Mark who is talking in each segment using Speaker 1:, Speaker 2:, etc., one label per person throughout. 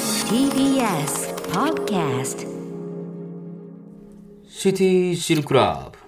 Speaker 1: TBS Podcast
Speaker 2: シティシルクラブ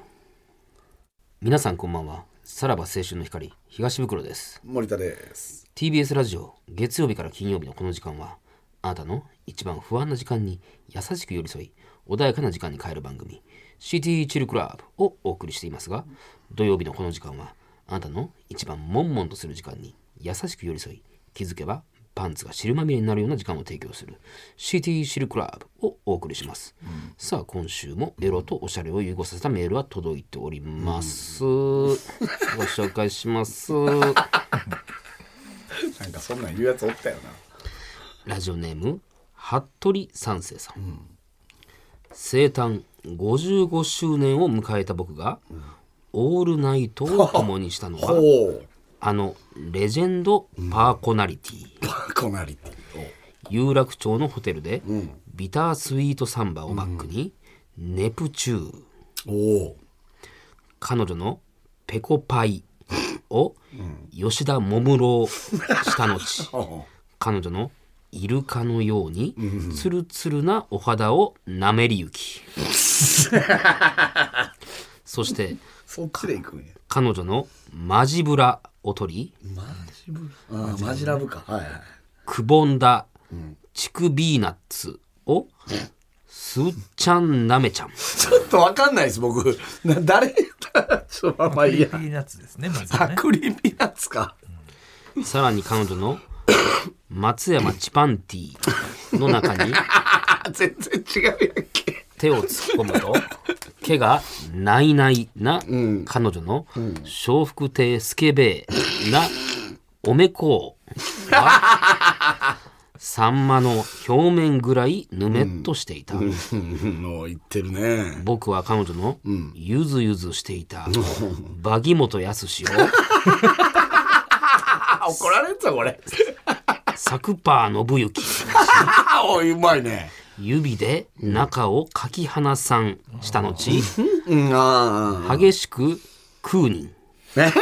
Speaker 2: 皆さんこんばんはさらば青春の光東袋です
Speaker 3: 森田です。
Speaker 2: TBS ラジオ月曜日から金曜日のこの時間はあなたの一番不安な時間に優しく寄り添い穏やかな時間に変える番組シティチルクラブをお送りしていますが土曜日のこの時間はあなたの一番悶々とする時間に優しく寄り添い気づけばパンツが汁まみれになるような時間を提供するシティシルクラブをお送りします、さあ今週もエロとおしゃれを融合させたメールは届いております、ご紹介します
Speaker 3: なんかそんなん言うやつおったよ
Speaker 2: ラジオネーム服部三世さん、生誕55周年を迎えた僕が、オールナイトを共にしたの
Speaker 3: な。
Speaker 2: は
Speaker 3: おお。
Speaker 2: あのレジェンドパーコナリティ、
Speaker 3: パーコナリティ。
Speaker 2: 有楽町のホテルで、ビタースイートサンバをバックに、ネプチューン
Speaker 3: おお。
Speaker 2: 彼女のペコパイを吉田桃郎した後
Speaker 3: お
Speaker 2: 彼女のイルカのようにツルツルなお肌をなめりゆきそして
Speaker 3: そっちで行くんや。
Speaker 2: 彼女のマジブラを取り
Speaker 3: マジブラ。ああ、マジラブか。はいはい。
Speaker 2: くぼんだチクビーナッツをすっちゃんなめちゃん
Speaker 3: ちょっとわかんないです、僕。な誰ちょっとまあまあいいや。
Speaker 4: ピーナッツですね、まず
Speaker 3: あ、
Speaker 4: はね。
Speaker 3: クリーピーナッツか。
Speaker 2: さらに彼女の松山チパンティの中に
Speaker 3: あ、全然違うやんけ。
Speaker 2: 手を突っ込むと毛がないないな彼女の笑福亭スケベなおめこうは サンマの表面ぐらいぬめっとしていた、
Speaker 3: もう言ってるね。
Speaker 2: 僕は彼女のゆずゆずしていたバギモトヤスシを
Speaker 3: あ、怒られんぞ、これ。
Speaker 2: サクパー信行
Speaker 3: あ、おい、うまいね。
Speaker 2: 指で中をかき離さんした後
Speaker 3: うん、ああ。
Speaker 2: 激しく空人
Speaker 3: え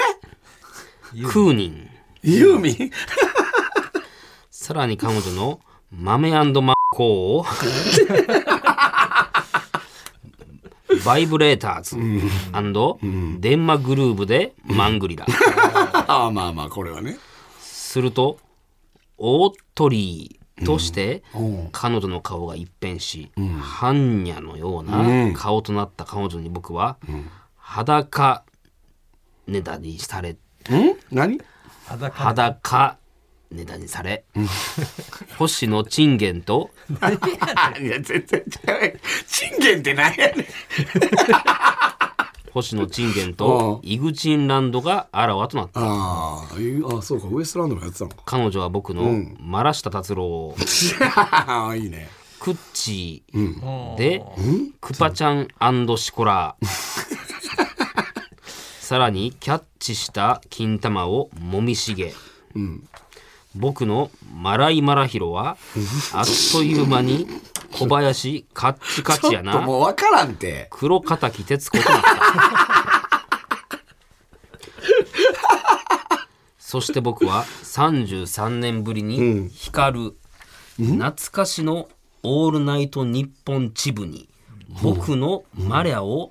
Speaker 2: 空人
Speaker 3: ユーミン
Speaker 2: さらに彼女の豆マッコをバイブレーターズ電話グルーブでマングリラ
Speaker 3: ああ、まあまあ、これはね。
Speaker 2: すると大鳥として彼女の顔が一変し般若のような顔となった彼女に僕は裸ねだにされ
Speaker 3: ん何
Speaker 4: 裸で
Speaker 2: 裸ねだにされ星野賃元と
Speaker 3: いや、全然違うやん。信玄って何やねん。
Speaker 2: 星野チンゲンとイグチンランドがあらわとなった
Speaker 3: ああ、いうあそうか、ウエストランドもやってた のか。
Speaker 2: 彼女は僕のマラシタ達郎
Speaker 3: ああ、いいね。
Speaker 2: クッチーでクパちゃんシコラ さらにキャッチした金玉をもみしげ僕のマライマラヒロはあっという間に小林カッチカチや
Speaker 3: ちょ
Speaker 2: な
Speaker 3: っともう分からんて。
Speaker 2: 黒敵徹子となった そして僕は33年ぶりに光る懐かしの「オールナイトニッポンチブに」僕のマリャを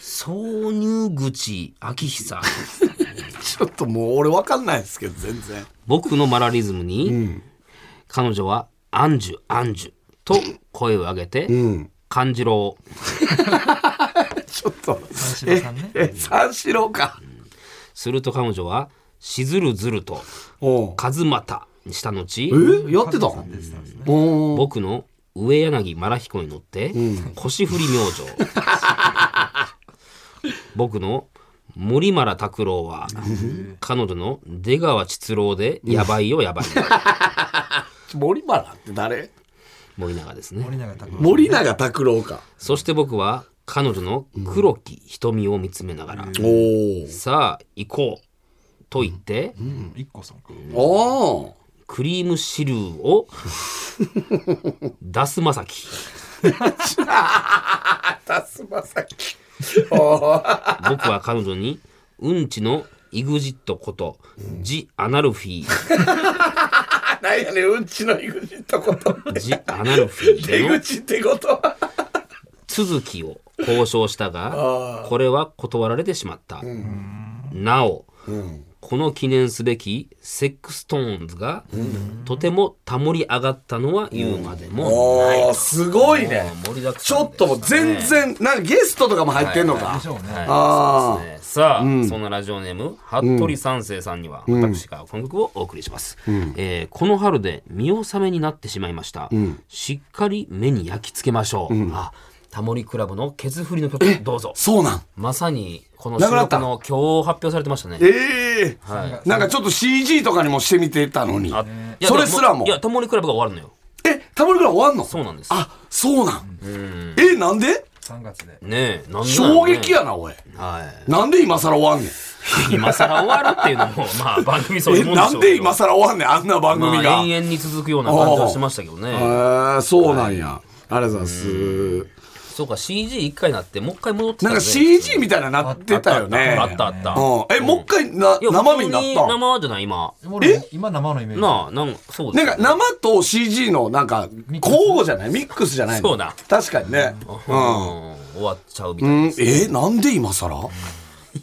Speaker 2: 挿入口秋久
Speaker 3: ちょっともう俺分かんないですけど、全然。
Speaker 2: 僕のマラリズムに、彼女は「アンジュアンジュ」と声を上げて「勘次郎」
Speaker 3: ちょっと。
Speaker 4: 三四郎さんね。
Speaker 3: え、三四郎か。
Speaker 2: すると彼女は「しずるずる」と「
Speaker 3: おう
Speaker 2: 数又にした後
Speaker 3: えやってたのおう
Speaker 2: 僕の上柳マラヒコに乗って、腰振り明星僕の森村拓郎は彼女の出川哲郎でやばいよやばいよ
Speaker 3: 森原って誰
Speaker 2: 森永ですね
Speaker 4: 森永拓郎。
Speaker 3: 森永拓郎か。
Speaker 2: そして僕は彼女の黒き瞳を見つめながら、
Speaker 3: おう
Speaker 2: さあ行こうと言って、
Speaker 4: 一個さんか。
Speaker 3: おう
Speaker 2: クリームシルーを出すまさき
Speaker 3: たすまさき。おう
Speaker 2: 僕は彼女に うんちのイグジットことジ・アナルフィー
Speaker 3: 何やねんうんちの井口ってこと
Speaker 2: ジアナルフィー
Speaker 3: 出
Speaker 2: での
Speaker 3: 口ってことは
Speaker 2: 続きを交渉したがこれは断られてしまった、なお、この記念すべきセックストーンズが、とてもタモり上がったのは言うまでもない、
Speaker 3: おーすごいね
Speaker 2: もう盛りだく
Speaker 3: ち
Speaker 2: さん
Speaker 3: ょっともう
Speaker 2: でしたね
Speaker 3: 全然なんかゲストとかも入ってんの
Speaker 4: で
Speaker 3: か
Speaker 4: しょうね。
Speaker 3: あ
Speaker 2: そうですねさあ、そんなラジオネーム服部三世さんには、私がこの曲をお送りします、えーこの春で見納めになってしまいました、しっかり目に焼き付けましょう、あタモリクラブのケツ振り の曲どうぞ
Speaker 3: そうなん
Speaker 2: まさにこの
Speaker 3: な
Speaker 2: 収
Speaker 3: くなっ
Speaker 2: 録
Speaker 3: た
Speaker 2: の今日発表されてましたね
Speaker 3: ええなんかちょっと CG とかにもしてみてたのに
Speaker 2: あいや
Speaker 3: それすらも
Speaker 2: いやタモリクラブが終わるのよ
Speaker 3: えタモリクラブ終わんの
Speaker 2: そうなんです
Speaker 3: あそうなんえなんで
Speaker 4: 三月で。
Speaker 2: ねえなんでなんやろ
Speaker 3: 衝
Speaker 2: ね
Speaker 3: 撃やなおい
Speaker 2: は
Speaker 3: なんで今更終わんねん
Speaker 2: い今更終わるっていうのもまあ番組そうい
Speaker 3: え
Speaker 2: うもんで
Speaker 3: な
Speaker 2: しょ
Speaker 3: ん
Speaker 2: うけど
Speaker 3: で今更終わんねんあんな番組
Speaker 2: ま
Speaker 3: が
Speaker 2: あ、延々に続くような感じはしてましたけどね
Speaker 3: えーそうなんやありがとうございます
Speaker 2: そうか CG 一回なってもう一回戻ってた
Speaker 3: なんか CG みたいなのなってたよね
Speaker 2: あったあったあった
Speaker 3: うんえもう一回な生身になったん
Speaker 2: 生じゃない今
Speaker 4: 俺今生のイメージ。
Speaker 2: なあなんそう
Speaker 3: な
Speaker 2: だ
Speaker 3: んか生と CG のなんか交互じゃないミックスじゃないの
Speaker 2: そうだ
Speaker 3: 確かにね
Speaker 2: うん終わっちゃうみた
Speaker 3: う
Speaker 2: い
Speaker 3: んえなんで今更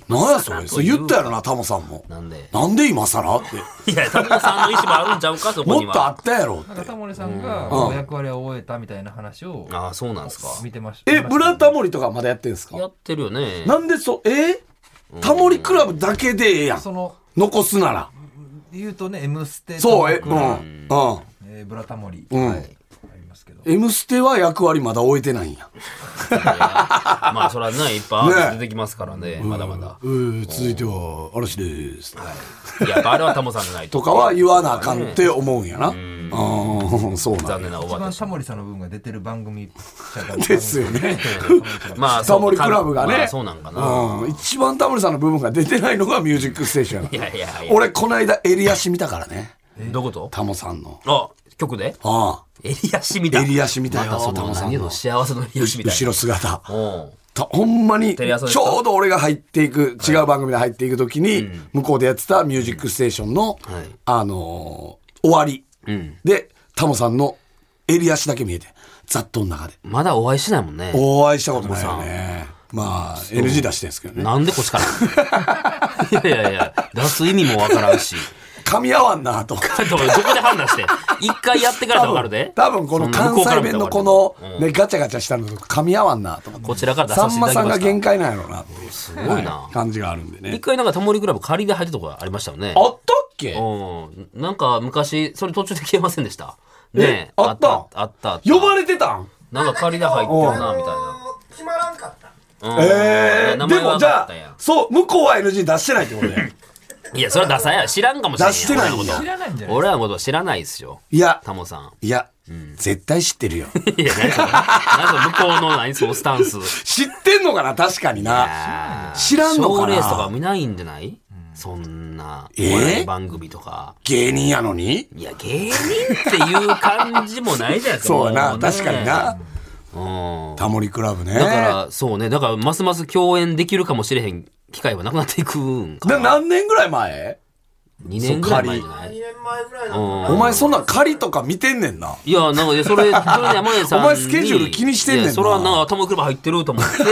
Speaker 3: なんやそれそれ言ったやろなタモさんも
Speaker 2: なんで
Speaker 3: なんで今更って
Speaker 2: いやタモさんの意思もあるんちゃう かそこ
Speaker 3: も
Speaker 2: に
Speaker 3: っとあ
Speaker 2: は
Speaker 3: ったやろっ
Speaker 4: なんか
Speaker 3: て
Speaker 4: タモリさんがお役割を終えたみたいな話を
Speaker 2: ああそうなんですか
Speaker 4: 見てました。
Speaker 3: えブラタモリとかまだやってんす
Speaker 2: や
Speaker 3: か
Speaker 2: ってるよ ね
Speaker 3: なんでそうえタモリクラブだけでええやん
Speaker 4: その
Speaker 3: 残すなら
Speaker 4: 言うとね M ステ。
Speaker 3: そうえう
Speaker 4: うん
Speaker 3: うん
Speaker 4: えーブラタモリ。
Speaker 3: ん
Speaker 4: はい。ありますけど。
Speaker 3: 「M ステ」は役割まだ終えてないんや
Speaker 2: まあそれはねいっぱいアーティスト出てきますからねまだまだ
Speaker 3: えー続いては嵐です
Speaker 2: いややっぱあれはタモさんじゃない
Speaker 3: とかは言わなあかんって思うんやなうんそうなん
Speaker 2: 残
Speaker 3: や
Speaker 2: 念なお
Speaker 4: 一
Speaker 2: ば
Speaker 4: 番
Speaker 2: た
Speaker 4: タモリさんの部分が出てる番組じゃない
Speaker 3: ですよね
Speaker 2: まあ
Speaker 3: タモリクラブがね
Speaker 2: まあそうなんかな
Speaker 3: うん一番タモリさんの部分が出てないのが「ミュージックステーションや
Speaker 2: い
Speaker 3: から
Speaker 2: やいやいや
Speaker 3: 俺この間襟足見たからね
Speaker 2: どういうこと
Speaker 3: タモさんの
Speaker 2: あ曲で
Speaker 3: ああ
Speaker 2: 襟足見た
Speaker 3: 襟足見たよ
Speaker 2: またそ
Speaker 3: タ
Speaker 2: の
Speaker 3: モさん
Speaker 2: 何
Speaker 3: の
Speaker 2: の幸せの襟足みたい
Speaker 3: 後ろ姿
Speaker 2: うん
Speaker 3: たほんまにち
Speaker 2: テレ朝ですか
Speaker 3: ょうど俺が入っていく違う番組で入っていく時に向こうでやってた「ミュージックステーションの」
Speaker 2: はい
Speaker 3: あのー終わり
Speaker 2: うん
Speaker 3: でタモさんの襟足だけ見えてざっとの中で
Speaker 2: まだお会いしてないもんね
Speaker 3: お会いしたことないよねまあ NG 出してんですけどね
Speaker 2: なんでこっちからいやいやいや出す意味もわからんし
Speaker 3: 噛み合わんなと
Speaker 2: ちょっとどこで判断して一回やってからでわかるで
Speaker 3: 多分この
Speaker 2: そんな
Speaker 3: 関
Speaker 2: 向うから見
Speaker 3: 西
Speaker 2: た
Speaker 3: 弁
Speaker 2: ら
Speaker 3: の
Speaker 2: わか
Speaker 3: こ
Speaker 2: る
Speaker 3: の
Speaker 2: うん、
Speaker 3: ね、ガチャガチャしたのと噛み合わんなとか
Speaker 2: こちらから出さ
Speaker 3: さ
Speaker 2: せ
Speaker 3: ん
Speaker 2: ていた
Speaker 3: ま
Speaker 2: だき
Speaker 3: さん
Speaker 2: まし
Speaker 3: が限
Speaker 2: た
Speaker 3: 界なんやろうなっていう
Speaker 2: すごいな
Speaker 3: 感じがあるんで
Speaker 2: 一
Speaker 3: ね
Speaker 2: 回なんかタモリクラブ仮で入ってたとこありましたよね
Speaker 3: あったっけ
Speaker 2: うんなんか昔それ途中で消えませんでしたねえ
Speaker 3: あった
Speaker 2: あったあった
Speaker 3: 呼ばれてたん
Speaker 2: なんか仮で入ってるなみたいな
Speaker 5: 決まらんかった
Speaker 2: うん
Speaker 3: ええ
Speaker 2: 名
Speaker 3: で
Speaker 2: 前は
Speaker 3: も
Speaker 2: 分
Speaker 3: じ
Speaker 2: か
Speaker 3: ゃ
Speaker 2: ったやん
Speaker 3: あそう向こうは NG 出してないってことね
Speaker 2: い や、それはダサいや。知らんかもしれんやん。
Speaker 3: 出してないんや
Speaker 2: 俺らのこと
Speaker 4: 知らないんじゃない
Speaker 2: 俺らのこと知らないですよ。
Speaker 3: いや
Speaker 2: タモさん。
Speaker 3: いや絶対知ってるよ
Speaker 2: いや、何それ。何それ向こうの何そのスタンス。
Speaker 3: 知ってんのかな確かにな知らんの
Speaker 2: 賞
Speaker 3: か
Speaker 2: レースとか
Speaker 3: な
Speaker 2: 見ないんじゃないそんな、
Speaker 3: えー
Speaker 2: お笑い番組とか。
Speaker 3: 芸人やのに
Speaker 2: いや、芸人っていう感じもないじゃないですか。
Speaker 3: そうや
Speaker 2: も
Speaker 3: な
Speaker 2: ね
Speaker 3: 確かに。な
Speaker 2: うん。
Speaker 3: タモリクラブね
Speaker 2: だから、そうね。だから、ますます共演できるかもしれへん機会はなくなっていくんか
Speaker 3: な
Speaker 2: な。
Speaker 3: 何年ぐらい前
Speaker 2: 2年ぐらい前じゃない
Speaker 5: 2年前ぐらいだ
Speaker 2: うん
Speaker 3: お前そんな仮とか見てんねんない
Speaker 2: や、なんか、いやそれ、それで山根さんに。
Speaker 3: お前スケジュール気にしてんねんない
Speaker 2: やそれはなんか、頭に車入ってると思っ て、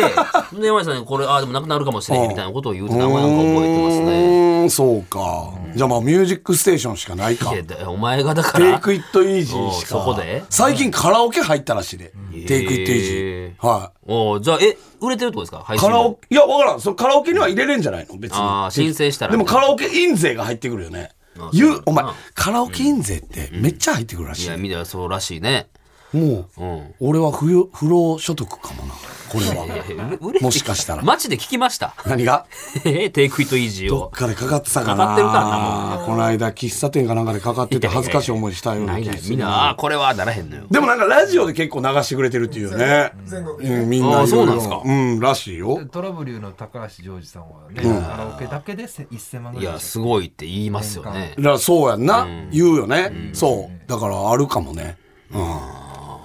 Speaker 2: で、山根さんにこれ、ああ、でもなくなるかもしれへんみたいなことを言うて、名前なんか覚えてますね。
Speaker 3: うーんそうか、じゃあまあ「ミュージックステーション」しかないか
Speaker 2: いやだ、お前がだ
Speaker 3: 「
Speaker 2: か
Speaker 3: テイ
Speaker 2: ら、
Speaker 3: クイットイージー」しか
Speaker 2: おうそこで
Speaker 3: 最近カラオケ入ったらしいで「テイクイットイージー
Speaker 2: へ」ー
Speaker 3: は
Speaker 2: おうじゃあ、え、売れてるってことですか配
Speaker 3: い
Speaker 2: 信
Speaker 3: カ
Speaker 2: で
Speaker 3: ラオケいやわからんそれカラオケには入れれんじゃないの別に
Speaker 2: あー申請したら
Speaker 3: でもカラオケ印税が入ってくるよね
Speaker 2: あ
Speaker 3: 言
Speaker 2: そうう
Speaker 3: お前
Speaker 2: あ
Speaker 3: カラオケ印税ってめっちゃ入ってくるらし
Speaker 2: い
Speaker 3: い、
Speaker 2: や、見たらそうらしいね。
Speaker 3: もう、
Speaker 2: うん。
Speaker 3: 俺は不要不労所得かもなこれ
Speaker 2: いやいや
Speaker 3: は
Speaker 2: 売れ売れ
Speaker 3: もしかしたら
Speaker 2: マジで聞きました。
Speaker 3: 何が
Speaker 2: えテイクイットイージー
Speaker 3: どっ
Speaker 2: を。
Speaker 3: かでかかってたか
Speaker 2: か
Speaker 3: な
Speaker 2: かってるからな
Speaker 3: この間喫茶店かなんかでかかってて恥ずかしい思いしたよう
Speaker 2: な
Speaker 3: ない気
Speaker 2: な
Speaker 3: が
Speaker 2: い。
Speaker 3: す
Speaker 2: み
Speaker 3: る
Speaker 2: んな、ああー、これはならへんのよ。
Speaker 3: でもなんかラジオで結構流してくれてるっていうね
Speaker 5: 全国
Speaker 3: うんみんな
Speaker 2: あそうなんですか
Speaker 3: うんらしいよ
Speaker 4: トラブルの高橋ジョージさんはね、カラオケだけでせ1000万ぐ
Speaker 2: い
Speaker 4: らい
Speaker 2: や、
Speaker 4: でし
Speaker 2: すごいって言いますよね。
Speaker 3: だからそうやんな言うよねそうだからあるかもねうん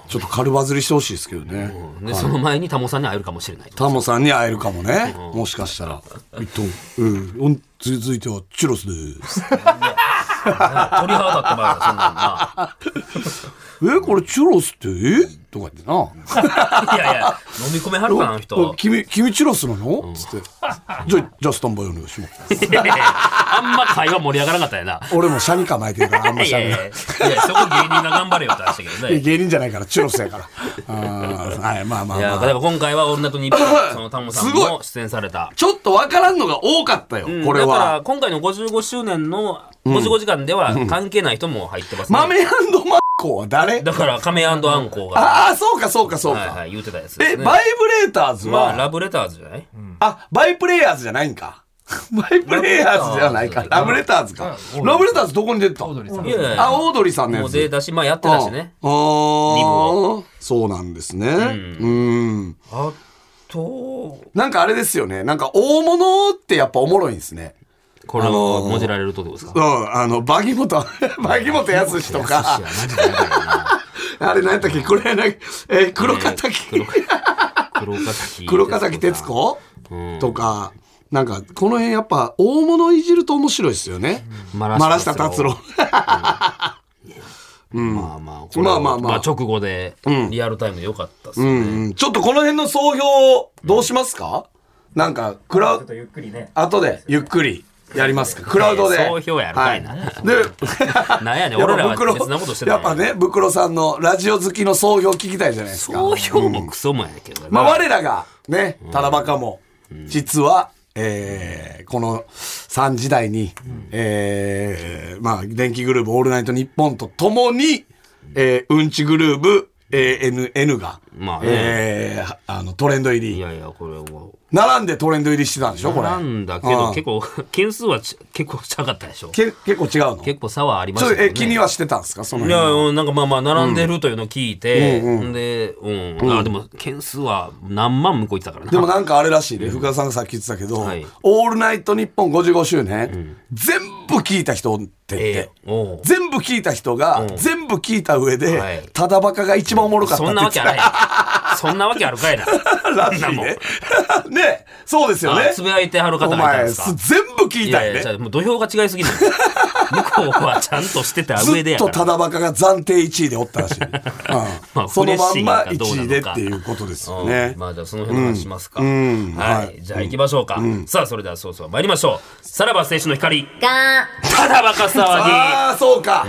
Speaker 3: ちょっと軽バズりしてほしいですけどね
Speaker 2: で、その前にタモさんに会えるかもしれない。
Speaker 3: タモさんに会えるかもねもしかしたらえっとうんうん続いてはチュロスです
Speaker 2: な鳥肌立ってまうよそんなんな
Speaker 3: え、これチュロスって、えとか言ってな。
Speaker 2: いやいや、飲み込めはるかな、あの人。
Speaker 3: お君、君チュロスなのつって。じゃ、じゃあスタンバイお願いします。
Speaker 2: あんま会話盛り上がらなかったやな。
Speaker 3: 俺もシャニ構えてるから、あんま
Speaker 2: い
Speaker 3: し
Speaker 2: や
Speaker 3: ゃ
Speaker 2: いや
Speaker 3: べ
Speaker 2: い
Speaker 3: ら
Speaker 2: や、いやそこ芸人が頑張れよって話だけど
Speaker 3: いや
Speaker 2: ね。
Speaker 3: 芸人じゃないから、チュロス やから。あーはい、まあま
Speaker 2: いや、
Speaker 3: あま
Speaker 2: 例え
Speaker 3: あ。
Speaker 2: ば今回は「オールナイトニッポ ン」そのタモさん
Speaker 3: すごい
Speaker 2: も出演された。
Speaker 3: ちょっとわからんのが多かったよ、これ
Speaker 2: だから
Speaker 3: は。
Speaker 2: 今回の55周年の55時間では関係ない人も入ってますね。
Speaker 3: 豆マッコは誰
Speaker 2: だから亀アンコが、
Speaker 3: ああ、そうかそうかそう
Speaker 2: はい
Speaker 3: か
Speaker 2: は。い、言うてたやつです
Speaker 3: え、
Speaker 2: ね。
Speaker 3: バイブレーターズ
Speaker 2: まあ、ラ
Speaker 3: は、
Speaker 2: ブレターズじゃない
Speaker 3: あ、バイプレイヤーズじゃない んか。バイプレイヤーズではないか。ラ
Speaker 2: ラ
Speaker 3: ブ
Speaker 2: ブ
Speaker 3: レ
Speaker 2: レ
Speaker 3: ターズか。
Speaker 4: うん
Speaker 3: ラブレターズどこに出てた
Speaker 4: オードリーさん
Speaker 2: いやいやいや
Speaker 3: あ、オードリーさんの
Speaker 2: も
Speaker 3: や
Speaker 2: う
Speaker 3: つ。
Speaker 2: 出だし、まあやってたしね。
Speaker 3: ああ
Speaker 2: リブ
Speaker 3: ー。そうなんですね。うん。
Speaker 2: あと、
Speaker 3: なんかあれですよね。なんか大物ってやっぱおもろいんですね。
Speaker 6: これをもじられるとどうですか
Speaker 3: うん、あの、バギモト、 バギモトやすしとか
Speaker 6: いや、マジでやばいな
Speaker 3: あれ何やったっけこれなんかえ、黒敵
Speaker 6: 黒岡崎
Speaker 3: 黒岡崎徹子
Speaker 6: うん
Speaker 3: とか、なんか、この辺やっぱ大物いじると面白いですよね。
Speaker 6: マラ
Speaker 3: ら
Speaker 6: マ
Speaker 3: した達郎。
Speaker 6: まあまあこれ
Speaker 3: ま
Speaker 6: は
Speaker 3: あまあまあ
Speaker 2: 直後でリアルタイムでよかったっす
Speaker 3: う
Speaker 2: ね。
Speaker 3: んうん、ちょっとこの辺の総評どうしますか、なんか、クラウド、
Speaker 7: ゆっくりね。
Speaker 3: 後でゆっくりやりますか。クラウドで。
Speaker 2: いや総評やるかいな
Speaker 3: は で、
Speaker 2: なんやねん、
Speaker 3: やっ
Speaker 2: 俺ら
Speaker 3: ぱ
Speaker 2: は
Speaker 3: 袋
Speaker 2: 別なことしてた
Speaker 3: やっぱね、袋さんのラジオ好きの総評聞きたいじゃないですか。
Speaker 2: 好評もクソもやけどな、
Speaker 3: まあ、我らが、ね、ただバカも、実は、えーこの3時代に、えーまあ、電気グループオールナイトニッポンとともに、えーうんちグループ、えー NN が、
Speaker 6: まあね
Speaker 3: えーあの、トレンド入
Speaker 6: い
Speaker 3: り。
Speaker 6: やいやこれは
Speaker 3: 並んでトレンド入りしてたんでしょこれ。
Speaker 6: なんだけど結構件数はち結構高かったでしょ
Speaker 3: け結構違うの
Speaker 6: 結構差はありま
Speaker 3: ち
Speaker 2: 構
Speaker 6: し
Speaker 3: ょったと、
Speaker 6: けど
Speaker 3: え、
Speaker 6: ね
Speaker 3: 気にはしてたんですかその
Speaker 2: い
Speaker 3: 辺
Speaker 2: や
Speaker 3: は。
Speaker 2: うんなんかまあまあ並んでるというのを聞いて、で、うん、あでも件数は何万向こう行ってたからな
Speaker 3: でもなんかあれらしいね、福田さんがさっき言ってたけど、
Speaker 6: はい
Speaker 3: オールナイトニッポン55周年、全部聞いた人おってって、
Speaker 2: ええおう
Speaker 3: 全部聞いた人が、全部聞いた上で、
Speaker 2: はい
Speaker 3: ただバカが一番おもろかった
Speaker 2: そ
Speaker 3: って
Speaker 2: んな
Speaker 3: 言
Speaker 2: わ
Speaker 3: っ
Speaker 2: け
Speaker 3: てた
Speaker 2: あらへんそんなわけあるかいな
Speaker 3: らしい
Speaker 2: そんなもん
Speaker 3: ね。 ねそうですよ ね
Speaker 2: あ。つぶやいてはる方
Speaker 3: お
Speaker 2: がいたん
Speaker 3: 前、
Speaker 2: ですすか
Speaker 3: 全部聞いた
Speaker 2: いやい
Speaker 3: よ
Speaker 2: や
Speaker 3: ね。
Speaker 2: じゃあもう土俵が違いす ぎる向こうはちゃんとしてた
Speaker 3: ず
Speaker 2: 上で
Speaker 3: っ
Speaker 2: やか
Speaker 3: と
Speaker 2: ら
Speaker 3: ただバカが暫定1位でおっ たらしい。うん
Speaker 6: まあ
Speaker 3: そのまん
Speaker 6: 嬉
Speaker 3: ま
Speaker 6: しいのかどうなのか
Speaker 3: 1位でっていうことですよ
Speaker 2: う
Speaker 3: ね
Speaker 2: ん。まあじゃあその辺の話しますか、
Speaker 3: んうん
Speaker 2: はい、
Speaker 3: はい
Speaker 2: じゃあ行きましょうか、さあそれではそうそう参りましょうさらば青春の光
Speaker 1: が
Speaker 2: ただバカ騒ぎ
Speaker 3: ああ、そうか。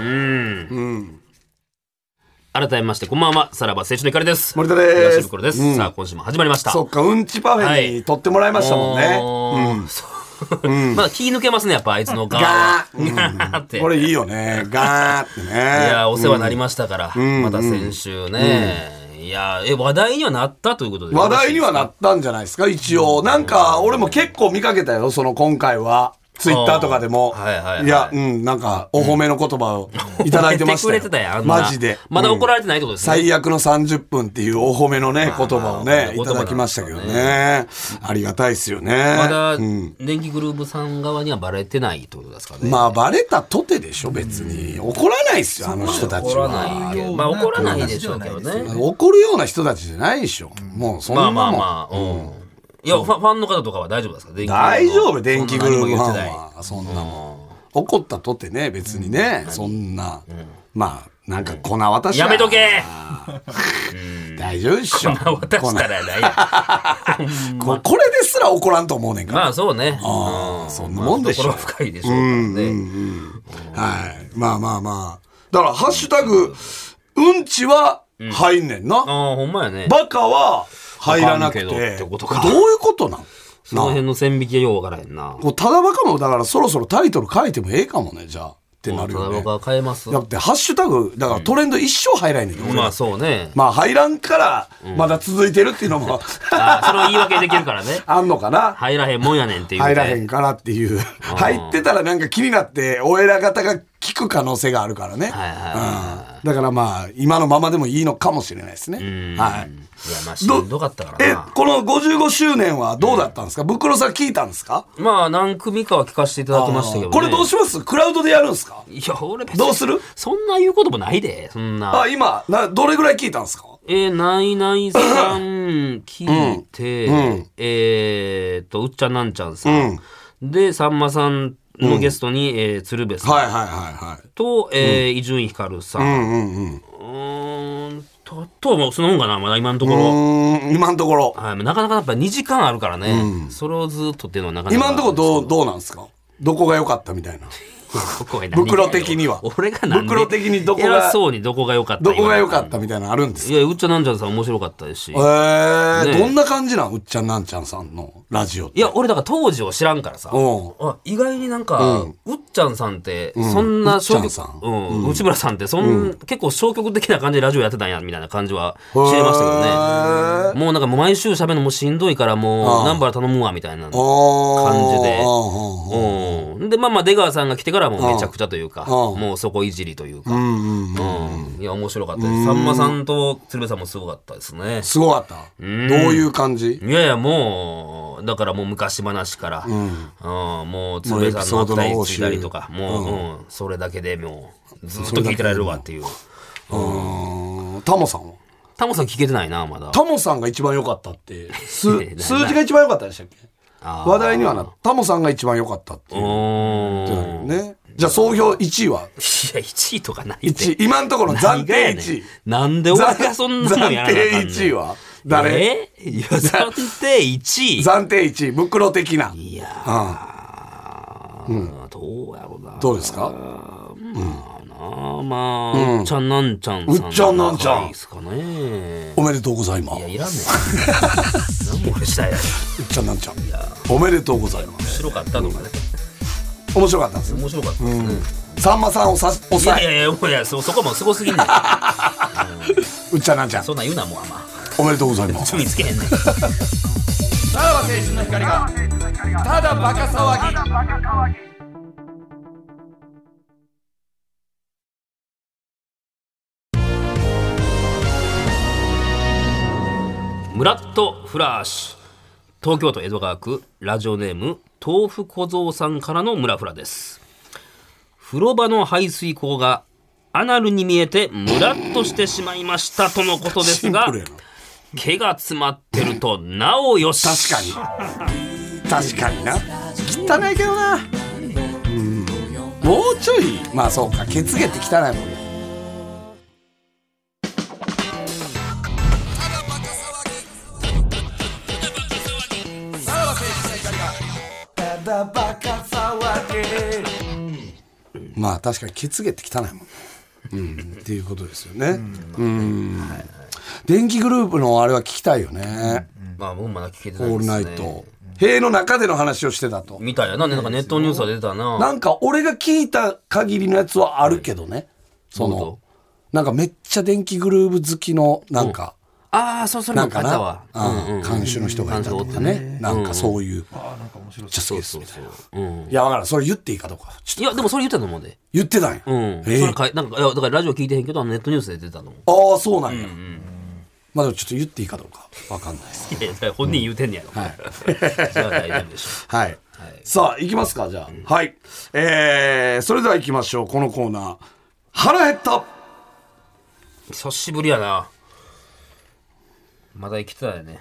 Speaker 2: 改めましてこんばんはさらば青春の光です
Speaker 3: 森田です
Speaker 2: 東袋です、さあ今週も始まりました
Speaker 3: そっか、うんちパフェに取ってもらいましたもんね。
Speaker 2: ねそう まだ気抜けますねやっぱあいつのガーはガー って
Speaker 3: これいいよね。ガーってね。い
Speaker 2: いやお世話になりましたから、また先週ね、いやえ話題にはなったということで
Speaker 3: 話題にはなったんじゃないですか一応なんか俺も結構見かけたよその今回はツイッターとかでも、
Speaker 2: はいはいはい
Speaker 3: やうんなんかお褒めの言葉をいただいてました
Speaker 2: く
Speaker 3: よ
Speaker 2: れてたやんあんな
Speaker 3: マジで
Speaker 2: まだ怒ら
Speaker 3: れ、
Speaker 2: れてないってことですね、
Speaker 3: 最悪の30分っていうお褒めのね言葉を
Speaker 2: まあま
Speaker 3: ね
Speaker 2: あ
Speaker 3: いただきましたけどねありがたいですよね
Speaker 2: まだ
Speaker 3: うん
Speaker 2: 電気グループさん側にはバレてないってことですかね。
Speaker 3: まあバレたとてでしょ別に怒らないですよあの人たち
Speaker 2: 怒ら
Speaker 3: は
Speaker 2: ないま
Speaker 4: まあ
Speaker 2: あ怒らないでしょうけどね。
Speaker 3: 怒るような人たちじゃないでしょもうそん
Speaker 2: ま
Speaker 3: な
Speaker 2: あまあ
Speaker 3: もん
Speaker 2: まあ、うん。いやファファンの方とかは大丈夫ですか
Speaker 3: 大丈夫電気グループファン
Speaker 2: は。
Speaker 3: はそんなもん怒ったとってね別にね、そんな、まあなんか粉渡し
Speaker 2: やめとけ
Speaker 3: 大丈夫っしょ
Speaker 2: まあ渡したらない。
Speaker 3: 粉ここれですら怒らんと思うねんから、
Speaker 2: まあそうね。
Speaker 3: あーそんなもんでしょ
Speaker 2: まあ懐は深いでしょうからね。
Speaker 3: はいまあまあまあだから「ハッシュタグうんち」は入んねんな、
Speaker 2: ああ、ほんまやね。
Speaker 3: バカは入らなくて
Speaker 6: わかんけどってことか
Speaker 3: どういうことなん
Speaker 2: その辺の線引きがようわからへんな。
Speaker 3: こうただバカもだからそろそろタイトル書いてもええかもねじゃあってなるよね
Speaker 2: 僕は変えます。
Speaker 3: だってハッシュタグだからトレンド一生入らんねんけど、俺
Speaker 2: まあそうね。
Speaker 3: まあ入らんから、まだ続いてるっていうのも、
Speaker 2: あーそれを言い訳できるからね。
Speaker 3: あんのかな。
Speaker 2: 入らへんもんやねんっていうね。
Speaker 3: 入らへんからっていう。入ってたらなんか気になって、お偉方が聞く可能性があるからね。
Speaker 2: はいはいはい
Speaker 3: うんだからまあ、今のままでもいいのかもしれないですね。はい。
Speaker 2: いやまあしんどかったから
Speaker 3: え
Speaker 2: な、。
Speaker 3: この55周年はどうだったんですか、ブクロさん聞いたんですか
Speaker 2: まあ何組かは聞かせていただきましたけど、ね、
Speaker 3: これどうしますクラウドでやるんですか
Speaker 2: いや俺別に
Speaker 3: どうする
Speaker 2: そんな言うこともないでそんな
Speaker 3: あ、今、な、どれぐらい聞いたんですか
Speaker 2: えー、ないないさん聞いて、えーっとうっちゃんなんちゃんさん、でさんまさんのゲストに、えー鶴瓶さん
Speaker 3: はいはいはいはい。
Speaker 2: とえー伊集院光さ
Speaker 3: うんんうんうん。
Speaker 2: うーんとともうそのもんかなまだ今のとこ
Speaker 3: う
Speaker 2: ろ、
Speaker 3: ーん今のところ。
Speaker 2: はい、なかなかやっぱ2時間あるからね、それをずっとっていうのはなかなか
Speaker 3: 今のところどう、どうなんですかどこが良かったみたいな。
Speaker 2: どこが何
Speaker 3: 袋的には
Speaker 2: 俺がなんで
Speaker 3: 袋的にどこが
Speaker 2: 偉そうにどこが良かった
Speaker 3: どこが良か
Speaker 2: っ
Speaker 3: ったみたいなのあるんです
Speaker 2: い
Speaker 3: か
Speaker 2: やうっちゃなんちゃんさん面白かったですし、
Speaker 3: えー、
Speaker 2: ね
Speaker 3: どんな感じなんうっちゃんなんちゃんさんのラジオって。
Speaker 2: いや俺だから当時を知らんからさ
Speaker 3: うん
Speaker 2: あ意外になんか、うっちゃんさんってそん
Speaker 3: う
Speaker 2: な
Speaker 3: っちゃん
Speaker 2: 消
Speaker 3: さん
Speaker 2: 極、うん内村さんってそん、結構消極的な感じでラジオやってたんやみたいな感じは知りましたけど
Speaker 3: へ
Speaker 2: ね
Speaker 3: ー
Speaker 2: もうなんかもう毎週喋るのもしんどいからもう南原頼むわみたいな
Speaker 3: 感
Speaker 2: 感じで
Speaker 3: う
Speaker 2: うんでまあまあ出川さんが来てからはもうめちゃくちゃというか
Speaker 3: うん
Speaker 2: もうそこいじりというか
Speaker 3: んうんうん。
Speaker 2: うんいや面白かったですさんまさんと鶴瓶さんもすごかったですね
Speaker 3: すごかった。どういう感じ
Speaker 2: いやいやもうだからもう昔話から、うんもう鶴瓶さんのったりついたりとかもう、うんそれだけでもうずっと聞いてられるわっていう
Speaker 3: うんタモさんは
Speaker 2: タモさん聞けてないなまだ
Speaker 3: タモさんが一番良かったって、 す
Speaker 2: えな
Speaker 3: 数字が一番良かったでしたっけ
Speaker 2: あー
Speaker 3: 話題にはなった。タモさんが一番良かったっていうう。
Speaker 2: ーんいや
Speaker 3: ね。じゃあ総評1位は
Speaker 2: 1位とかないって
Speaker 3: 1位。今のところ暫
Speaker 2: 何がや
Speaker 3: 定
Speaker 2: ねん
Speaker 3: 1位。
Speaker 2: なんで俺がそんなもんやら
Speaker 3: 暫
Speaker 2: なあかんね
Speaker 3: 定
Speaker 2: ん
Speaker 3: 1位は誰
Speaker 2: えいや暫定1位
Speaker 3: 暫定1位、袋的な。
Speaker 2: いやーどうやろうな
Speaker 3: どうですか
Speaker 2: あーまあ、うっちゃんなんちゃんさん
Speaker 3: うっちゃんなんちゃん
Speaker 2: がいいですかね
Speaker 3: おめでとうございま
Speaker 2: い
Speaker 3: す
Speaker 2: や。いらんねん何も俺したいやろ
Speaker 3: うっちゃんなんちゃん。おめでとうございます。
Speaker 2: 白かったのかね
Speaker 3: 面白かったです。
Speaker 2: 面白かったですね、
Speaker 3: さんまさんをさ
Speaker 2: い
Speaker 3: 抑
Speaker 2: やい
Speaker 3: え、
Speaker 2: やいやもういやそそこもすごすぎんねん
Speaker 3: うっちゃんなんちゃん。
Speaker 2: そんなん言うなもうあんま
Speaker 3: おめでとうございます
Speaker 2: 罪。つけへんねん
Speaker 3: さらば青春の光がただバカ騒ぎ
Speaker 2: ムラッとフラッシュ東京都江戸川区ラジオネーム豆腐小僧さんからのムラフラです風呂場の排水口がアナルに見えてムラッとしてしまいましたとのことで
Speaker 3: シ
Speaker 2: す
Speaker 3: ンプ
Speaker 2: が
Speaker 3: ルやな
Speaker 2: 毛が詰まってるとなおよし
Speaker 3: 確かに確かにな汚いけどなうんもうちょいまあそうか血毛って汚いもんねまあ確かに血毛って汚いもんね、うん、っていうことですよね、電気グループのあれは聞きたいよね、
Speaker 2: まあ僕まだ聞けてないで
Speaker 3: オール
Speaker 2: すね
Speaker 3: ナイト塀の中での話をしてたと
Speaker 2: みたいやななんかネットニュースは出てたな
Speaker 3: なんか俺が聞いた限りのやつはあるけどね、
Speaker 2: ど
Speaker 3: そ
Speaker 2: う
Speaker 3: の
Speaker 2: ぞ
Speaker 3: なんかめっちゃ電気グルーブ好きのなんか、
Speaker 2: ああそうそれ
Speaker 3: な
Speaker 2: も
Speaker 3: んか
Speaker 2: 買ったわ
Speaker 3: な、うん監修の人がいたとかね,、なんかそういう、めっちゃ好きですみたいな、いやだからそれ言っていいかどうかちょっと
Speaker 2: いやでもそれ言ってたと思うで
Speaker 3: 言ってたんや、
Speaker 2: うん、
Speaker 3: ええ
Speaker 2: それかいなんかいやだからラジオ聞いてへんけどあのネットニュースで出てた の
Speaker 3: ああそうなんや、まあでもちょっと言っていいかどうかわかんないです
Speaker 2: いやいや本人言うてんね やろ、
Speaker 3: はい
Speaker 2: じゃあ大丈夫でしょ
Speaker 3: はい。さあ、行きますか、じゃあ。はい。えー、それでは行きましょう。このコーナー。腹減った
Speaker 2: う久しぶりやなまだ生きてたよね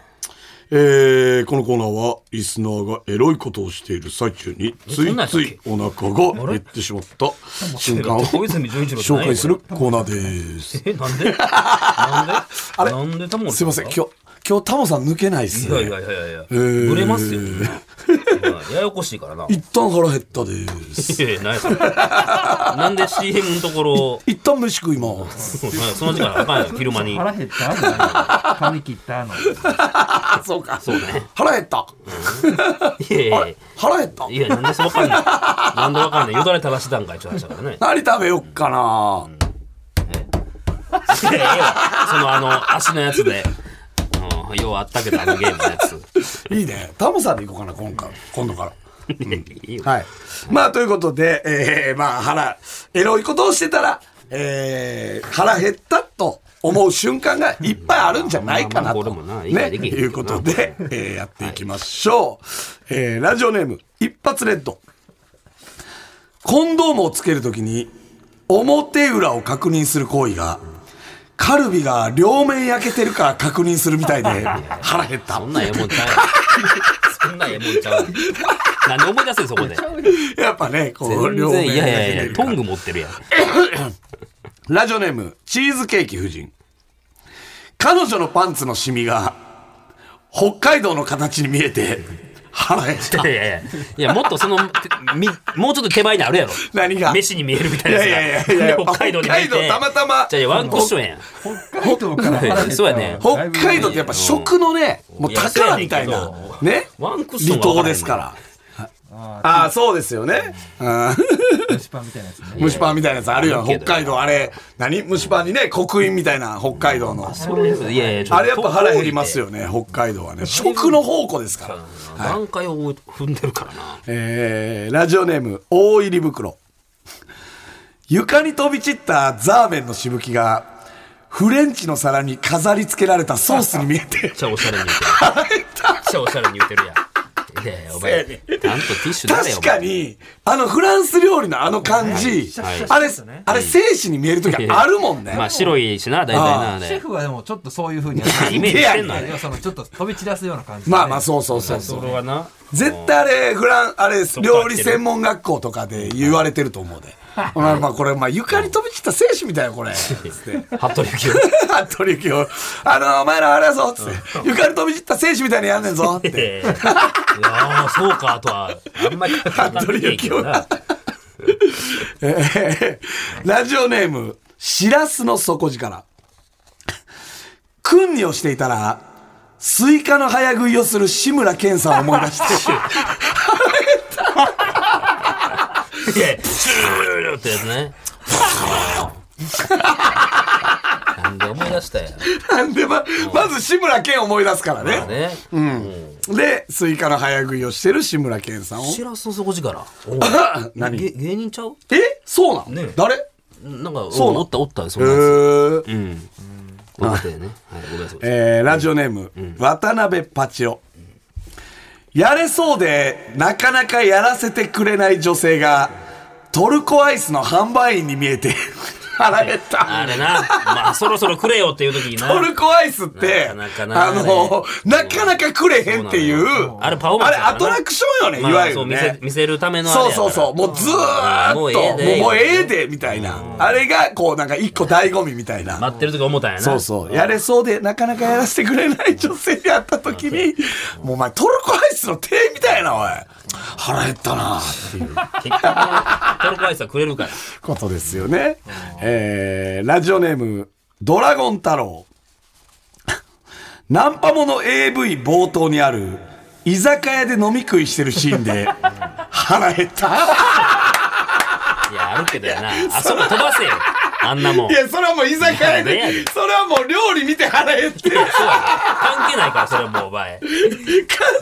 Speaker 3: えー、このコーナーは、リスナーがエロいことをしている最中に、つ
Speaker 2: そんなんや
Speaker 3: い
Speaker 2: ったっ
Speaker 3: つ
Speaker 2: け
Speaker 3: いお腹が減ってしまった瞬間を
Speaker 2: 小泉純一郎じゃ
Speaker 3: 紹
Speaker 2: ないよ
Speaker 3: 介するコーナーです。
Speaker 2: え なんでなんで
Speaker 3: あれ
Speaker 2: なんでタモリ
Speaker 3: すい
Speaker 2: さ
Speaker 3: ま
Speaker 2: が
Speaker 3: せん、今日、今日タモさん抜けないっす
Speaker 2: いやい
Speaker 3: ね。
Speaker 2: やいやいやいや
Speaker 3: ー
Speaker 2: ぶれます よ、はいややこしいからない
Speaker 3: 一旦腹減ったです。
Speaker 2: やいや何 やそれなんで CM のところ
Speaker 3: 一旦飯食います。
Speaker 2: そうその時間あかんよ昼間に
Speaker 4: 腹減ったじゃないの髪切ったの
Speaker 3: あ、そうか。
Speaker 2: そうね
Speaker 3: 腹減った。
Speaker 2: いやい
Speaker 3: あ
Speaker 2: やい
Speaker 3: れ腹減った
Speaker 2: やいやなんでそうわかんないなんでわかんないよだれ垂らしてたんかいちょっとからね
Speaker 3: 何食べよっかな、
Speaker 2: いやいやそのあの足のやつで、うん、ようあったけどあのゲームのやつ
Speaker 3: いいね。タモさんで行こうかな、今回。今度から。
Speaker 2: いいよ
Speaker 3: はい。まあ、ということで、えー、まあ、腹、エロいことをしてたら、えー、腹減ったと思う瞬間がいっぱいあるんじゃないかな
Speaker 2: まあまあまあ
Speaker 3: と。
Speaker 2: これもな理
Speaker 3: ね、
Speaker 2: 解できへんけどな
Speaker 3: いうことで、えー、やっていきましょう。えー、ラジオネーム、一発レッド。コンドームをつけるときに、表裏を確認する行為が、カルビが両面焼けてるか 確認するみたいで、腹減った
Speaker 2: そ。んなんええもんちゃうそんなんええもんちゃう何で思い出せんそこで
Speaker 3: やっぱね、こう、
Speaker 2: 全
Speaker 3: 両
Speaker 2: 然
Speaker 3: 面
Speaker 2: いやいやい
Speaker 3: 焼け
Speaker 2: や
Speaker 3: てるか
Speaker 2: ト
Speaker 3: ら
Speaker 2: ング持ってるやん
Speaker 3: ラジオネーム、チーズケーキ夫人。彼女のパンツのシミが、北海道の形に見えて、腹 減った。
Speaker 2: いやいやいやいやもっとそのてみもうちょっと手前にあるやろ
Speaker 3: 何が
Speaker 2: 飯に見えるみたいなやつが
Speaker 3: いやいやいやいや
Speaker 2: で北海道に入って
Speaker 3: 北海道たまたま
Speaker 2: じゃあいやワンクッションやん
Speaker 4: 北海道から腹減った
Speaker 2: そうやね
Speaker 3: 北海道ってやっぱ食のね、もう宝みたい
Speaker 2: いや
Speaker 3: な
Speaker 2: そうやねんけ、ど
Speaker 3: ね、
Speaker 2: ワンクッショ
Speaker 3: 離
Speaker 2: ンは分からへん
Speaker 3: 島
Speaker 2: ねん
Speaker 3: ですから。ああ、そうですよね。うん
Speaker 4: 蒸しパンみたいなやつね
Speaker 3: 蒸しパンみたいなやつあるよ。
Speaker 2: いや
Speaker 3: 北海道、あれ、何蒸しパンにね、刻印みたいな北海道の。
Speaker 2: それいやいやちょと
Speaker 3: あれやっぱ腹減りますよね、北海道はね。食の宝庫ですから。
Speaker 2: 段階を踏んでるからな。
Speaker 3: えーラジオネーム大入り袋床に飛び散ったザーメンのしぶきがフレンチの皿に飾り付けられたソースに見えて
Speaker 2: めっちゃおしゃれに言うてる。めっちゃおしゃれに言うてるやん。いやいや、お前、ちゃんとティッシュだれよ。
Speaker 3: 確かにあのフランス料理のあの感じ、
Speaker 2: はい
Speaker 3: あれあれ精子に見える時あるもん
Speaker 2: お
Speaker 3: ね
Speaker 2: 前。まあ、白いしな、大体な、あ
Speaker 4: シェ
Speaker 2: れ。
Speaker 4: フはでもちょっとそういう風にやっ
Speaker 2: イメージしてんのあ
Speaker 4: て
Speaker 2: れ。
Speaker 4: そのちょっと飛び散らすような感じでね
Speaker 3: まあまあそうそうそうそ
Speaker 2: そうれはな。
Speaker 3: 絶対あれフランあれ
Speaker 2: そう
Speaker 3: 料理専門学校とかで言われてると思うでまあまあこれまあ床に飛び散った精子みたいよ これつって
Speaker 2: 服部幸
Speaker 3: 服部幸男あのお前らあれやぞっつって床に飛び散った選手みたいにやんねんぞ っ
Speaker 2: 男。
Speaker 3: て
Speaker 2: いやーそうか、とは、あんまり考えてないけどな。
Speaker 3: えーラジオネームしらすの底力訓にをしていたらスイカの早食いをする志村けんさんを思い出 して
Speaker 2: いや、シューってやつね。なんで思い出したんや
Speaker 3: なんでままず志村けんを思い出すから
Speaker 2: まあ
Speaker 3: ね
Speaker 2: ね。
Speaker 3: でスイカの早食いをしてる志村けんさんを
Speaker 2: しらすの底力。
Speaker 3: 何
Speaker 2: げ芸人ちゃう
Speaker 3: えそうなの、
Speaker 2: ね
Speaker 3: 誰
Speaker 2: なんか、
Speaker 3: そうなの
Speaker 2: おったおった、そ
Speaker 3: え
Speaker 2: んなやつ。
Speaker 3: ー
Speaker 2: うん。若手ね。はい、ごめんなさい。
Speaker 3: えーラジオネーム、渡辺パチオ。やれそうで、なかなかやらせてくれない女性が、トルコアイスの販売員に見えて、 腹減っ
Speaker 2: あ
Speaker 3: た。
Speaker 2: れな、まあそろそろくれよっていう時にな。
Speaker 3: トルコアイスって、
Speaker 2: なかなか
Speaker 3: あ
Speaker 2: な
Speaker 3: の、なかなかくれへんっていう、
Speaker 2: あれパフォーマンス
Speaker 3: あれ
Speaker 2: やからな
Speaker 3: アトラクションよね、
Speaker 2: まあ
Speaker 3: いわゆ
Speaker 2: そう
Speaker 3: る
Speaker 2: 見せ
Speaker 3: ね。
Speaker 2: 見せるためのあれ
Speaker 3: そ
Speaker 2: や
Speaker 3: う
Speaker 2: から
Speaker 3: そうそう、もうずーっと、
Speaker 2: も
Speaker 3: も
Speaker 2: う
Speaker 3: う
Speaker 2: ええで
Speaker 3: もうええで、みたいな。あれが、こう、なんか一個醍醐味みたいな。
Speaker 2: 待ってる時思ったんやな。
Speaker 3: そうそう。やれそうで、なかなかやらせてくれない女性に会った時に、もうお前、トルコアイスの手みたいな、おい。腹減ったなっていう
Speaker 2: 結局トルコアイスはくれるから。
Speaker 3: ことですよね。えー、ラジオネーム、ドラゴン太郎。ナンパもの AV 冒頭にある、居酒屋で飲み食いしてるシーンで、腹減った。
Speaker 2: いや、あるけどやな。あそこ飛ばせよ。あんなもん。
Speaker 3: いや、それはもう居酒屋
Speaker 2: いやいやい
Speaker 3: で
Speaker 2: や、
Speaker 3: それはもう料理見て腹減ってる。
Speaker 2: そうや関係ないから、それはもうお前。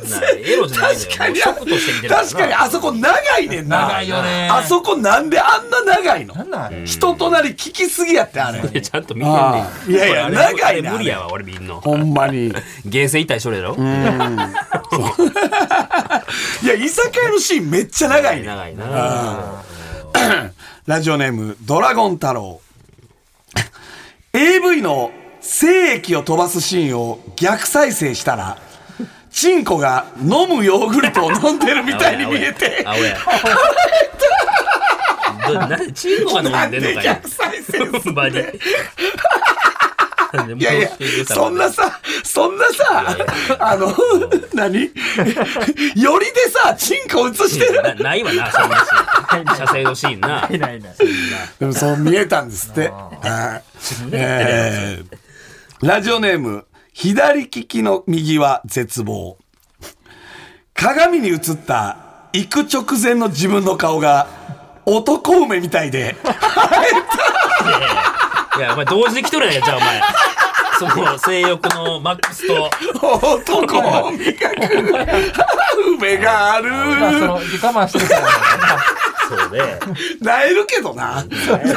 Speaker 3: 完
Speaker 2: なエロじゃないのよ。
Speaker 3: 確かに
Speaker 2: もう食として見てるからな。
Speaker 3: 確かにあそこ長いねんな
Speaker 4: 長いよね
Speaker 3: あそこなんであんな長いの
Speaker 4: なんなんあれ
Speaker 3: 人となり聞きすぎやってあれ
Speaker 2: いやちゃんと見てんねん。
Speaker 3: いやいや
Speaker 2: これ
Speaker 3: 長い
Speaker 2: こ
Speaker 3: な
Speaker 2: れ無理やわ、俺見んの。
Speaker 3: ほんまにい
Speaker 2: ゲーセンいたりしとるやろ
Speaker 3: や居酒屋のシーンめっちゃ長いね
Speaker 2: 長いな。
Speaker 3: ラジオネームドラゴン太郎 AV の精液を飛ばすシーンを逆再生したらチンコが飲むヨーグルトを飲んでるみたいに見えて
Speaker 2: 青や。青やどなんでチームが飲んでんのかよ
Speaker 3: 逆。再生す
Speaker 2: ほ
Speaker 3: ん
Speaker 2: んま
Speaker 3: の
Speaker 2: に。なんで
Speaker 3: いやいや、そんなさ、そんなさ
Speaker 2: いやい、
Speaker 3: あの、何 よりでさ、チンコ映して
Speaker 2: な
Speaker 3: る。
Speaker 2: ないわな、そんなシーン。射精のシーンな。
Speaker 4: いないいない
Speaker 3: でもそう見えたんですって。はいえーラジオネーム、左利きの右は絶望。鏡に映った、行く直前の自分の顔が、男梅みたいで、
Speaker 2: いや、お前同時で来とるやん、じゃあお前。その性欲のマックスと。
Speaker 3: 男梅が来る。 梅があ
Speaker 4: まあその
Speaker 3: る。
Speaker 4: 我慢してるから
Speaker 2: そうで。
Speaker 3: なえるけどな。
Speaker 2: いやいや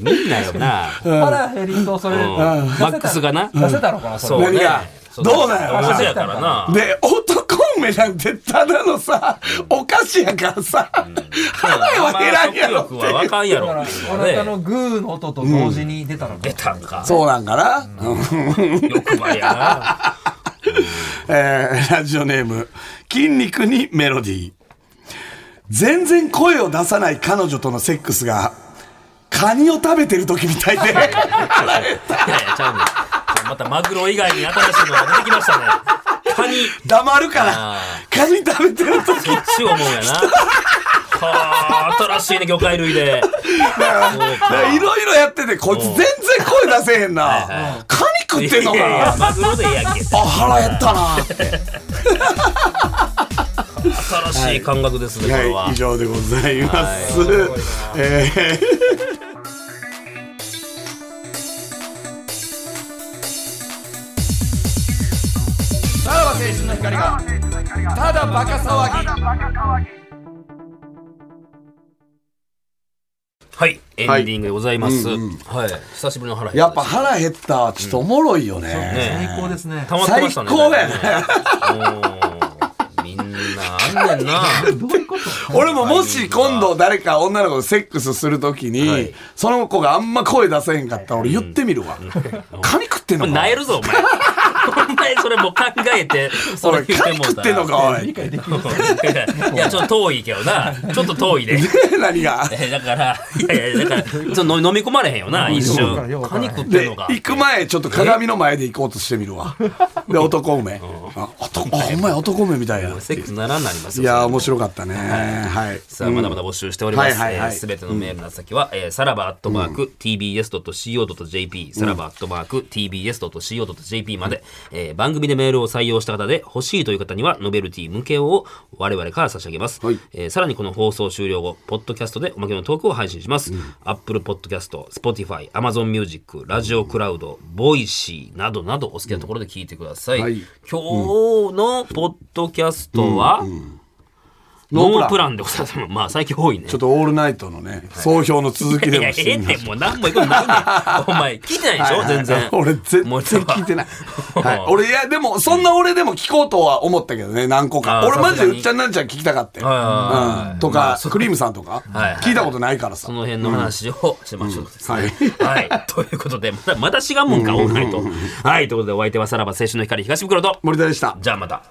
Speaker 2: 見んなよな。
Speaker 4: 腹減りとそれ
Speaker 2: うん
Speaker 4: 出せ
Speaker 2: マ
Speaker 4: た
Speaker 2: ックスがな。
Speaker 4: 出せたのかなそ
Speaker 2: そ
Speaker 4: れ
Speaker 2: う
Speaker 3: 何
Speaker 2: ね
Speaker 3: が。どうだよ
Speaker 2: 同時やからな。
Speaker 3: で、男梅なんてただのさ、お菓子やからさ、腹は減らんやろって
Speaker 2: 食欲はわ
Speaker 3: いう。
Speaker 2: かんや
Speaker 4: だ
Speaker 2: ろ
Speaker 4: から
Speaker 2: っていう
Speaker 4: お
Speaker 2: のはね
Speaker 4: 腹のグーの音と同時に出たのか
Speaker 2: 出たんか。
Speaker 3: そうなんかな、うん
Speaker 2: 欲張りやな。
Speaker 3: えーラジオネーム、筋肉にメロディー。全然声を出さない彼女とのセックスが、カニを食べてる時みたい で。
Speaker 2: いやいや、ちゃうねんそうまたマグロ以外に新しいのが出てきましたね。カニ、
Speaker 3: 黙るから
Speaker 2: あ、
Speaker 3: カニ食べてる時。
Speaker 2: そっちを思うやな。はあ、新しいね、魚介類で。そう
Speaker 3: だから
Speaker 2: か
Speaker 3: いろいろやってて、こいつ全然声出せへ んな。カニ食ってんのか
Speaker 2: いやいや
Speaker 3: な
Speaker 2: マグロでええやんけ。
Speaker 3: あ、腹減ったなって。
Speaker 2: 新しい感覚ですね、これは。
Speaker 3: はい、以上でございます。えー
Speaker 2: はい、エンディングでございます。
Speaker 3: は
Speaker 2: はいい、
Speaker 3: うんうん
Speaker 2: 久しぶりの腹減
Speaker 3: やっ
Speaker 2: で
Speaker 3: ぱ
Speaker 2: す
Speaker 3: 腹減ったはちょっとおもろいよね。
Speaker 2: ね
Speaker 4: 最高ですね
Speaker 2: 溜まってましたね。
Speaker 3: 最高だよね
Speaker 2: うんみんなあんねんな。
Speaker 4: どういうこと
Speaker 3: 俺ももし今度誰か女の子とセックスするときに、
Speaker 2: はい
Speaker 3: その子があんま声出せへんかったら俺言ってみるわ。カニ食ってんのか
Speaker 2: なえるぞ、お前。 お前、それもう考えて、そ
Speaker 3: お
Speaker 2: れ
Speaker 3: いカニ食ってんのかおい。
Speaker 2: いや、ちょっと遠いけどな。ちょっと遠いで。
Speaker 3: 何が
Speaker 2: え だから、いやいや、だから、ちょっと飲み飲み込まれへんよな、一瞬
Speaker 4: よう。わか
Speaker 2: カ
Speaker 4: らん
Speaker 2: ニ食ってん
Speaker 3: で
Speaker 2: のか。
Speaker 3: 行く前ちょっと鏡の前で行こうとしてみ るわ。で男梅。あ男あほんまや男梅みたいや。
Speaker 2: セックスならんなります
Speaker 3: い
Speaker 2: よ。
Speaker 3: やー
Speaker 2: それ
Speaker 3: 面白かったね。はい。
Speaker 2: さあ、まだまだ募集しております。す
Speaker 3: は
Speaker 2: べ、
Speaker 3: いはいはい
Speaker 2: てのメールの先は、えーさらばアットマーク tbs.co.jp、さらばアットマーク tbs.co.jp まで、えー番組でメールを採用した方で欲しいという方には、ノベルティ向けを我々から差し上げます、
Speaker 3: はい
Speaker 2: えーさらにこの放送終了後、ポッドキャストでおまけのトークを配信します。アップルポッドキャスト、Spotify、Amazon Music、ラジオクラウド、ボイシーなどなどお好きなところで聞いてください。
Speaker 3: はい
Speaker 2: 今日のポッドキャストは、
Speaker 3: ノ
Speaker 2: ノ
Speaker 3: ープラン
Speaker 2: ープランでございます。まあ最近多いね。
Speaker 3: ちょっとオールナイトのね、総評の続き
Speaker 2: い
Speaker 3: で
Speaker 2: や
Speaker 3: も
Speaker 2: え
Speaker 3: して
Speaker 2: え
Speaker 3: み
Speaker 2: っ
Speaker 3: ま
Speaker 2: て
Speaker 3: しょう
Speaker 2: もう何もいこと ないねんお前聞いてないでしょ全然
Speaker 3: 俺全然
Speaker 2: もう一度
Speaker 3: 聞い てない。は
Speaker 2: はい
Speaker 3: い、俺、いや、でも、そんな俺でも聞こうとは思ったけどね、何個か。
Speaker 2: あー
Speaker 3: 俺マジ
Speaker 2: さ
Speaker 3: で
Speaker 2: すが
Speaker 3: う
Speaker 2: に
Speaker 3: っちゃんなんちゃん聞きたかって。
Speaker 2: はい
Speaker 3: うんとか、クリームさんとか
Speaker 2: はいはい、
Speaker 3: 聞いたことないからさ
Speaker 2: そ。の辺の話をしましょうですね
Speaker 3: はい
Speaker 2: はいということでまたまた違うもんかオールナイトはいということでお相手はさらば青春の光東袋と
Speaker 3: 森田でした。
Speaker 2: じゃあまた